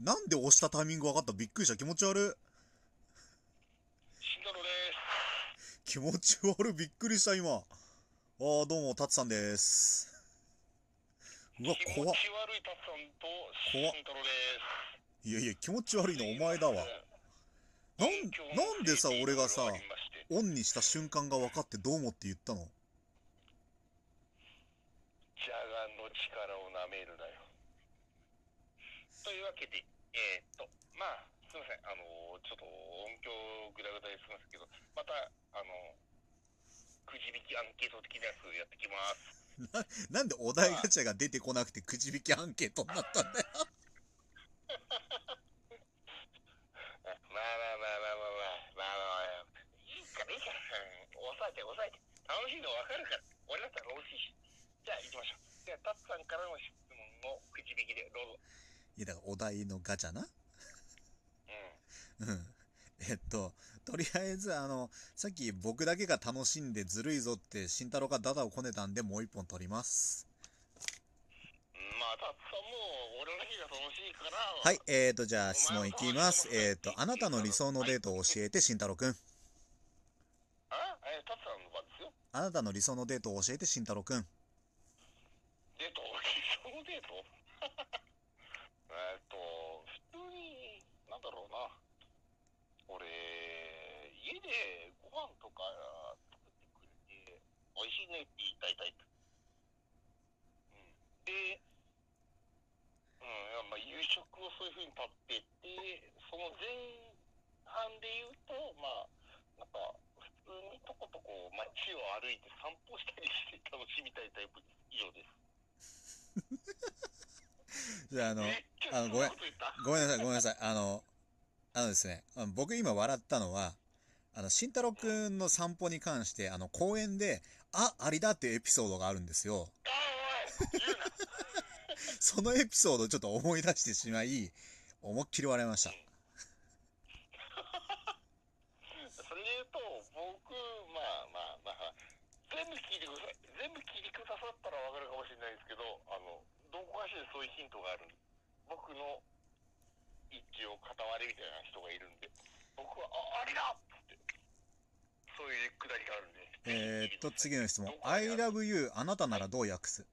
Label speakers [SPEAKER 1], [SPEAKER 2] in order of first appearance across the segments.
[SPEAKER 1] なんで押したタイミング分かったびっくりした。気持ち悪い。
[SPEAKER 2] 慎太郎です。
[SPEAKER 1] 気持ち悪い。びっくりした、今。ああ、どうも、タツさんです。うわ、
[SPEAKER 2] 気持
[SPEAKER 1] 怖っ。
[SPEAKER 2] ち悪いたつさんと慎
[SPEAKER 1] 怖っ
[SPEAKER 2] 太郎です。
[SPEAKER 1] いやいや、気持ち悪いのお前だわ。なん、なんでさ、俺がさ、
[SPEAKER 2] 今日も CT がありまして
[SPEAKER 1] オンにした瞬間が分かってどうもって言ったの
[SPEAKER 2] ジャガンの力をなめるなよ。というわけで、えー、っと、まあ、すみません、あのーちょっと音響ぐだぐだですみませんけど、また、あのくじ引きアンケート的なやつやってきます。
[SPEAKER 1] なんでお題ガチャが出てこなくてくじ引きアンケートになったんだよ。
[SPEAKER 2] まあまあまあまあまあまあまあまあまあ、いいからいいから、うん抑えて抑えて、楽しいの分かるから、俺だったら楽しいし。じゃあ行きましょう。じゃあ、タツさんからの質問をくじ引きで、どうぞ。
[SPEAKER 1] いや、だからお題のガチャな。
[SPEAKER 2] うん
[SPEAKER 1] うん。えっと、とりあえず、あの、さっき僕だけが楽しんでずるいぞって、慎太郎がダダをこねたんで、もう一本取ります。
[SPEAKER 2] まあ、たったもう、俺の日が楽しいから、
[SPEAKER 1] は、
[SPEAKER 2] はい
[SPEAKER 1] えーと、じゃあ質問いきます。えーと、あなたの理想のデートを教えて、慎太郎くん。
[SPEAKER 2] あえ、たつさんの番ですよ。
[SPEAKER 1] あなたの理想のデートを教えて、慎太郎くん。
[SPEAKER 2] デート、理想のデート えっと、普通に、なんだろうな。俺、家でご飯とか作ってくれて、美味しいねって言いたいタイプ。うん。で、うん、いやまあ、夕食をそういうふうに食べてて、その前半で言うと、まあ、なんか、普通にとことこ街を歩いて散歩したりして楽しみたいタイプです以上です。
[SPEAKER 1] じゃあ、あの、
[SPEAKER 2] めっち
[SPEAKER 1] あ
[SPEAKER 2] ゃ
[SPEAKER 1] のごめん
[SPEAKER 2] そこと言った
[SPEAKER 1] ごめんなさい、ごめんなさい。あの、あのですね、あの僕今笑ったのは、あの、慎太郎くんの散歩に関して、あの、公園で、あ、ありだっていうエピソードがあるんですよ。
[SPEAKER 2] あーおい言うな
[SPEAKER 1] そのエピソードをちょっと思い出してしまい、思いっきり笑いました。
[SPEAKER 2] それで言うと、僕、まあまあまあ、全部聞いてください。全部聞いてくださったらわかるかもしれないですけど、あの、どこかしらそういうヒントがあるんで僕の一応片割れみたいな人がいるんで、僕は、あ、ありだっつって、そういうくだりがあるんで。
[SPEAKER 1] えーっと、次の質問
[SPEAKER 2] ど。こにあ
[SPEAKER 1] I
[SPEAKER 2] る
[SPEAKER 1] love you, あなたならどう訳す
[SPEAKER 2] 立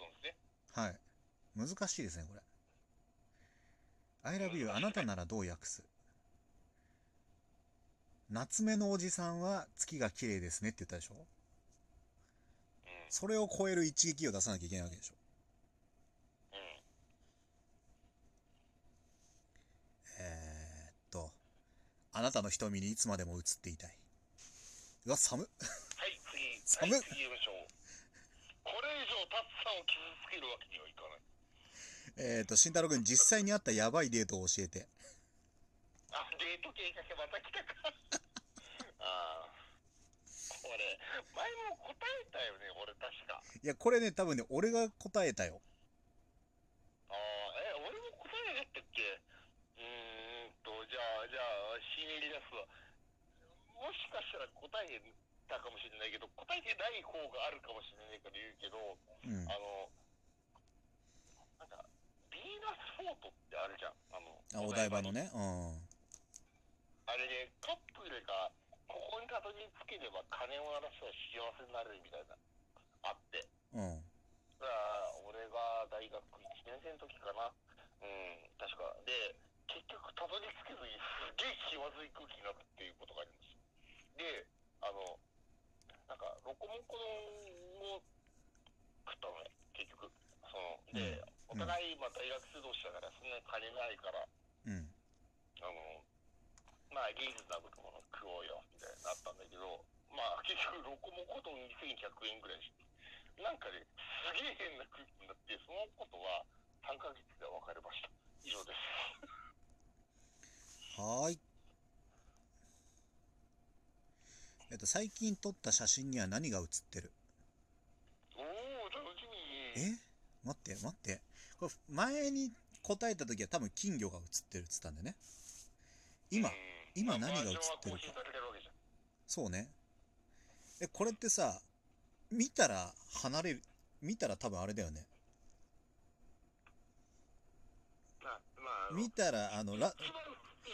[SPEAKER 2] つんですね。
[SPEAKER 1] はい。難しいですね、これ。I love you, あなたならどう訳す夏目のおじさんは月が綺麗ですねって言ったでしょ
[SPEAKER 2] うん
[SPEAKER 1] それを超える一撃を出さなきゃいけないわけでしょ。
[SPEAKER 2] うん
[SPEAKER 1] えー、っと、あなたの瞳にいつまでも映っていたい。うわ、寒っ。
[SPEAKER 2] はい、次。
[SPEAKER 1] 寒っ
[SPEAKER 2] はい、次行きましょう。これ以上、タツさんを傷つけるわけにはいかない。
[SPEAKER 1] えー、っと、慎太郎くん、実際にあったやばいデートを教えて。
[SPEAKER 2] あ、デート計画また来た か。ああ。これ、前も答えたよね、俺確か。
[SPEAKER 1] いや、これね、多分ね、俺が答えたよ。
[SPEAKER 2] ああ、え、俺も答えなかったっけうーんと、じゃあ、じゃあ、ひねり出すわ。もしかしたら答えたかもしれないけど、答えてない方があるかもしれないから言うけど、
[SPEAKER 1] うん。
[SPEAKER 2] あの、なんか、ヴィーナスフォートってあるじゃん。あの、
[SPEAKER 1] あ、お台場の。ね。うん。
[SPEAKER 2] あれで、カップルが、ここにたどり着ければ金を荒らしたら幸せになるみたいな、あって。
[SPEAKER 1] うん。
[SPEAKER 2] だから俺が大学1年生の時かな。うん、確か。で、結局たどり着けずにすげえ気まずい空気になったっていうことがありました。で、あの、なんか、ロコモコ丼を食ったのね、結局。その、で、
[SPEAKER 1] うん
[SPEAKER 2] お互い、まあ、大学生同士だから、そんなに金ないから、
[SPEAKER 1] うん。
[SPEAKER 2] あの、まあ、リーズナブルなもの食おうよ、みたいになったんだけど、まあ、結局、ロコモコ丼2100円ぐらいして、なんかね、すげえ変な空気になって、そのことは3ヶ月で別れました。以上です。
[SPEAKER 1] はーい。えっと、最近撮った写真には何が写ってる
[SPEAKER 2] おー、楽しみ。
[SPEAKER 1] え待って、待って。これ、前に答えた時は多分金魚が写ってるっつったんだよね。今、今何が映ってるか
[SPEAKER 2] か。バージョンは更新されてるわけじゃん
[SPEAKER 1] そうね。え、これってさ、見たら離れる、見たら多分あれだよね。
[SPEAKER 2] あの
[SPEAKER 1] 見たら、あの、ラ、
[SPEAKER 2] 一番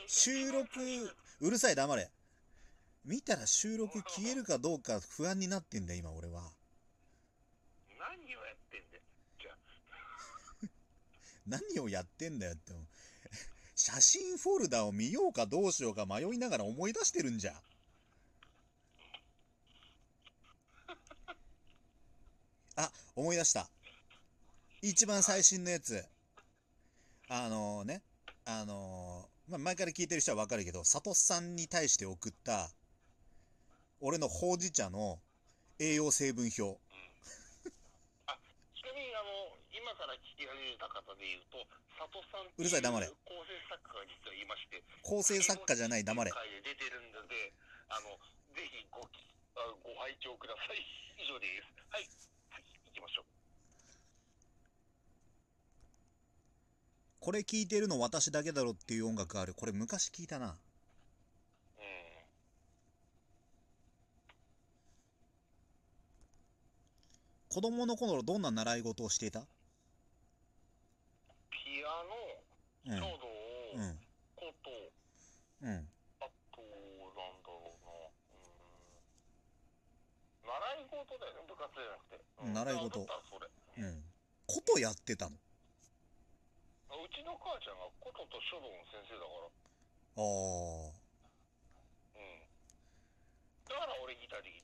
[SPEAKER 1] 収録、うるさい、黙れ。見たら収録消えるかどうか不安になってんだよ、今、俺は。
[SPEAKER 2] 何をやってんだよ
[SPEAKER 1] 何をやってんだよって 思う。写真フォルダを見ようかどうしようか迷いながら思い出してるんじゃ。あ、思い出した。一番最新のやつ。あのね、あのまあ、前から聞いてる人はわかるけど、サトスさんに対して送った、俺のほうじ茶の栄養成分表。
[SPEAKER 2] ちなみにあの今から聞き始めた方で言うと佐藤さんって
[SPEAKER 1] うるさい黙れ
[SPEAKER 2] う構成作家が実はいまして
[SPEAKER 1] 構成作家じゃない、黙れ。
[SPEAKER 2] 会で出てるのであのぜひごきあご拝聴ください以上ですはいはい行きましょう
[SPEAKER 1] これ聴いてるの私だけだろっていう音楽ある。これ昔聞いたな。
[SPEAKER 2] うん
[SPEAKER 1] 子供の頃どんな習い事をしていた
[SPEAKER 2] ピアノ
[SPEAKER 1] うん。
[SPEAKER 2] 書道、
[SPEAKER 1] うん。
[SPEAKER 2] こと
[SPEAKER 1] うん。
[SPEAKER 2] あとなんだろうなうん習い事だよね部活じゃなくて、うん
[SPEAKER 1] 習い事
[SPEAKER 2] だからそれ
[SPEAKER 1] うん。ことやってたの
[SPEAKER 2] うちの母ちゃんがことと書道の先生だから
[SPEAKER 1] あ
[SPEAKER 2] うんだから俺ギターできる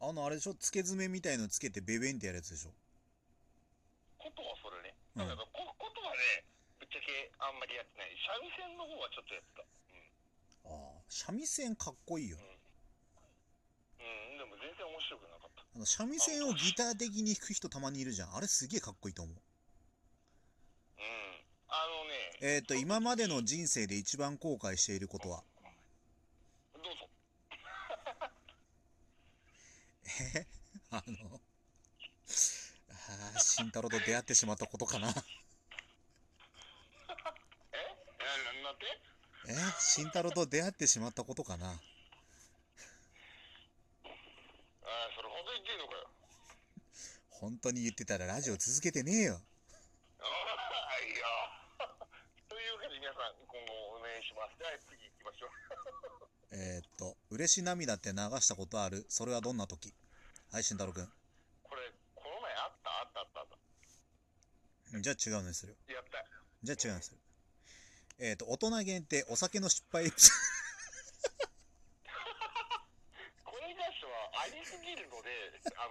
[SPEAKER 1] あ。あの、あれでしょつけ爪みたいのつけてベベンってやるやつでしょ
[SPEAKER 2] ことはそれね
[SPEAKER 1] うん
[SPEAKER 2] だけど、こことはねぶっちゃけあんまりやってない三味線の方はちょっとやってた
[SPEAKER 1] ああ。三味線かっこいいよね。
[SPEAKER 2] うん、うん、でも全然面白くなかった
[SPEAKER 1] あの、三味線をギター的に弾く人たまにいるじゃん。あれすげえかっこいいと思う。
[SPEAKER 2] うんあのね
[SPEAKER 1] えっ、ー、と、今までの人生で一番後悔していることは
[SPEAKER 2] どうぞ
[SPEAKER 1] えあの、ああ、慎太郎と出会ってしまったことかな。
[SPEAKER 2] ええななんだって
[SPEAKER 1] え慎太郎と出会ってしまったことかな。
[SPEAKER 2] ああそれ本当に言ってんのかよ
[SPEAKER 1] 本当に言ってたらラジオ続けてねえよ。
[SPEAKER 2] ああいや というわけで皆さん今後お願いしますはい次行きましょう
[SPEAKER 1] えー、っと、嬉し涙って流したことあるそれはどんな時はい、慎太郎く
[SPEAKER 2] これこの前あったあったあったあった
[SPEAKER 1] ん。じゃあ違うのにする。
[SPEAKER 2] やった
[SPEAKER 1] じゃあ違うのにする。えー、っと、大人限定お酒の失敗 エピソー
[SPEAKER 2] これに関してはありすぎるのであ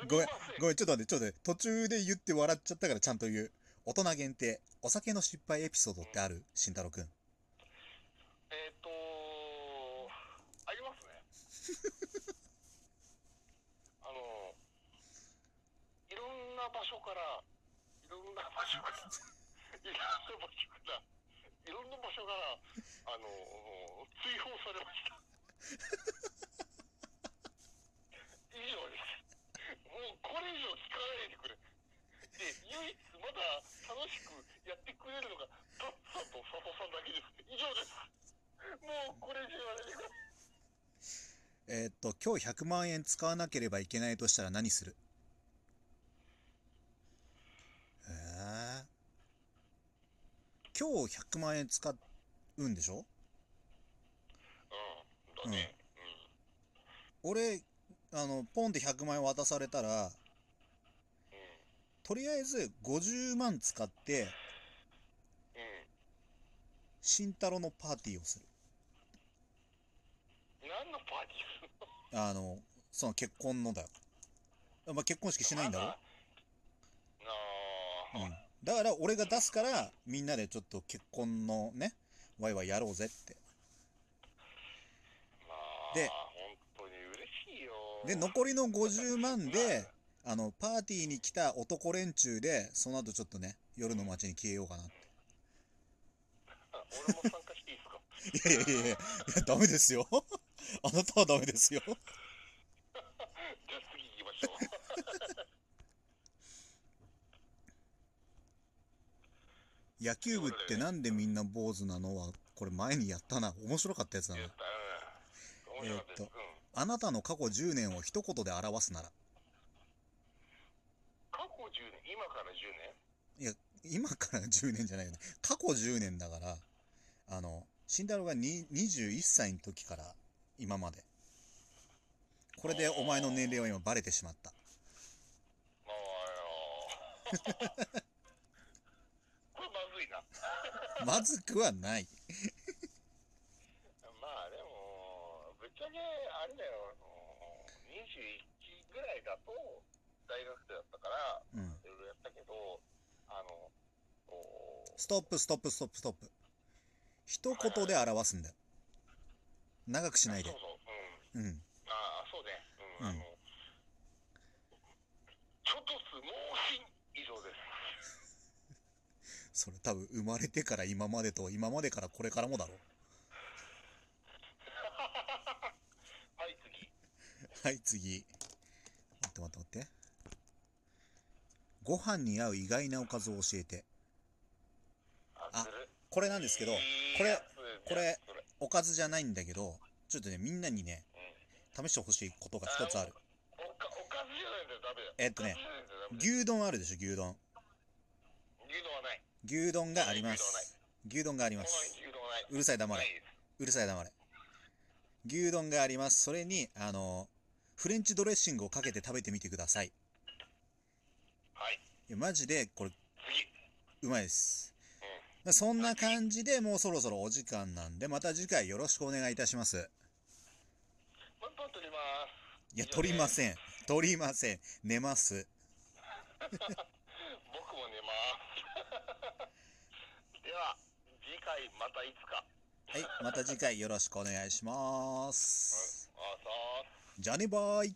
[SPEAKER 2] の
[SPEAKER 1] ド ごめん
[SPEAKER 2] すいませ、
[SPEAKER 1] ごめん、ちょっと待って、ちょっと待って、途中で言って笑っちゃったからちゃんと言う。大人限定お酒の失敗エピソードってある慎太郎くん。
[SPEAKER 2] えっ、とありますね。 あのいろんな場所から、いろんな場所から、 いろんな場所から、いろんな場所から、あのもう追放されました。以上です。もうこれ以上聞かないでくれ。で、唯一まだ楽しくやってくれるのが、タッツさんと佐藤さんだけです。以上です。もうこれ以上言われてくれ。
[SPEAKER 1] えー、っと、今日100万円使わなければいけないとしたら何するえー、今日100万円使うんでしょ
[SPEAKER 2] うん、だね。うん。
[SPEAKER 1] 俺あのポンって100万円渡されたら
[SPEAKER 2] うん。
[SPEAKER 1] とりあえず50万使って
[SPEAKER 2] うん。
[SPEAKER 1] 慎太郎のパーティーをする
[SPEAKER 2] 何のパーティーする
[SPEAKER 1] あのその結婚のだよ、まあ、結婚式しないんだろ、
[SPEAKER 2] なあ、
[SPEAKER 1] うん、だから俺が出すからみんなでちょっと結婚のねワイワイやろうぜって
[SPEAKER 2] まあ、
[SPEAKER 1] で
[SPEAKER 2] 本当に嬉しいよ。
[SPEAKER 1] で残りの50万であのパーティーに来た男連中でその後ちょっとね夜の街に消えようかなって
[SPEAKER 2] あ俺も参加していいですか
[SPEAKER 1] いやいやいやいやダメですよ あなたはダメですよ
[SPEAKER 2] じゃあ次行きましょう。
[SPEAKER 1] 野球部ってなんでみんな坊主なのはこれ前にやったな面白かったやつだな
[SPEAKER 2] 言ったうん。面白かったです。
[SPEAKER 1] えーっ
[SPEAKER 2] うん。
[SPEAKER 1] あなたの過去10年を一言で表すなら
[SPEAKER 2] 過去10年、今から10年
[SPEAKER 1] いや今から10年じゃないよね。過去10年だから、あの、慎太郎がに21歳の時から今まで。これでお前の年齢は今バレてしまった。
[SPEAKER 2] まあよこれまずいな
[SPEAKER 1] まずくはない。
[SPEAKER 2] まあでもぶっちゃけあれだよあの21ぐらいだと大学生だったから
[SPEAKER 1] う
[SPEAKER 2] い
[SPEAKER 1] ん。
[SPEAKER 2] ろいろやったけどあのお
[SPEAKER 1] ストップ、ストップ、ストップ、ストップ。一言で表すんだよ。長くしないで
[SPEAKER 2] そう。そううん
[SPEAKER 1] うん。
[SPEAKER 2] ああそうね、うんあ
[SPEAKER 1] うん
[SPEAKER 2] のちょっと相撲心以上です
[SPEAKER 1] それ多分生まれてから今までと今までからこれからもだろ
[SPEAKER 2] はい次
[SPEAKER 1] はい、次。待って待って待って。ご飯に合う意外なおかずを教えて。あ
[SPEAKER 2] ずる
[SPEAKER 1] これなんですけど、こ
[SPEAKER 2] いい
[SPEAKER 1] れ
[SPEAKER 2] や、つ
[SPEAKER 1] これ
[SPEAKER 2] それ
[SPEAKER 1] おかずじゃないんだけど、ちょっとね、みんなにね、試してほしいことが一つある。
[SPEAKER 2] おかおかずじゃないとダメだよ
[SPEAKER 1] えっとね
[SPEAKER 2] おかずじゃないとダメだよ
[SPEAKER 1] 牛丼あるでしょ、牛丼。
[SPEAKER 2] 牛丼はない
[SPEAKER 1] 牛丼があります。牛丼があり
[SPEAKER 2] こ
[SPEAKER 1] ま
[SPEAKER 2] の
[SPEAKER 1] す。
[SPEAKER 2] 牛丼はないう
[SPEAKER 1] るさい黙
[SPEAKER 2] な
[SPEAKER 1] れ。
[SPEAKER 2] いです
[SPEAKER 1] うるさい黙れ。牛丼があります。それに、あの、フレンチドレッシングをかけて食べてみてください。い
[SPEAKER 2] はい
[SPEAKER 1] やマジで、これ、
[SPEAKER 2] 次
[SPEAKER 1] うまいです。まあそんな感じでもうそろそろお時間なんで、また次回よろしくお願いいたします。
[SPEAKER 2] ポンポン取ります
[SPEAKER 1] いや、取りません。取りません。寝ます。
[SPEAKER 2] 僕も寝ます では次回またいつか
[SPEAKER 1] はい、また次回よろしくお願いします。
[SPEAKER 2] あさー
[SPEAKER 1] じゃあねバイ。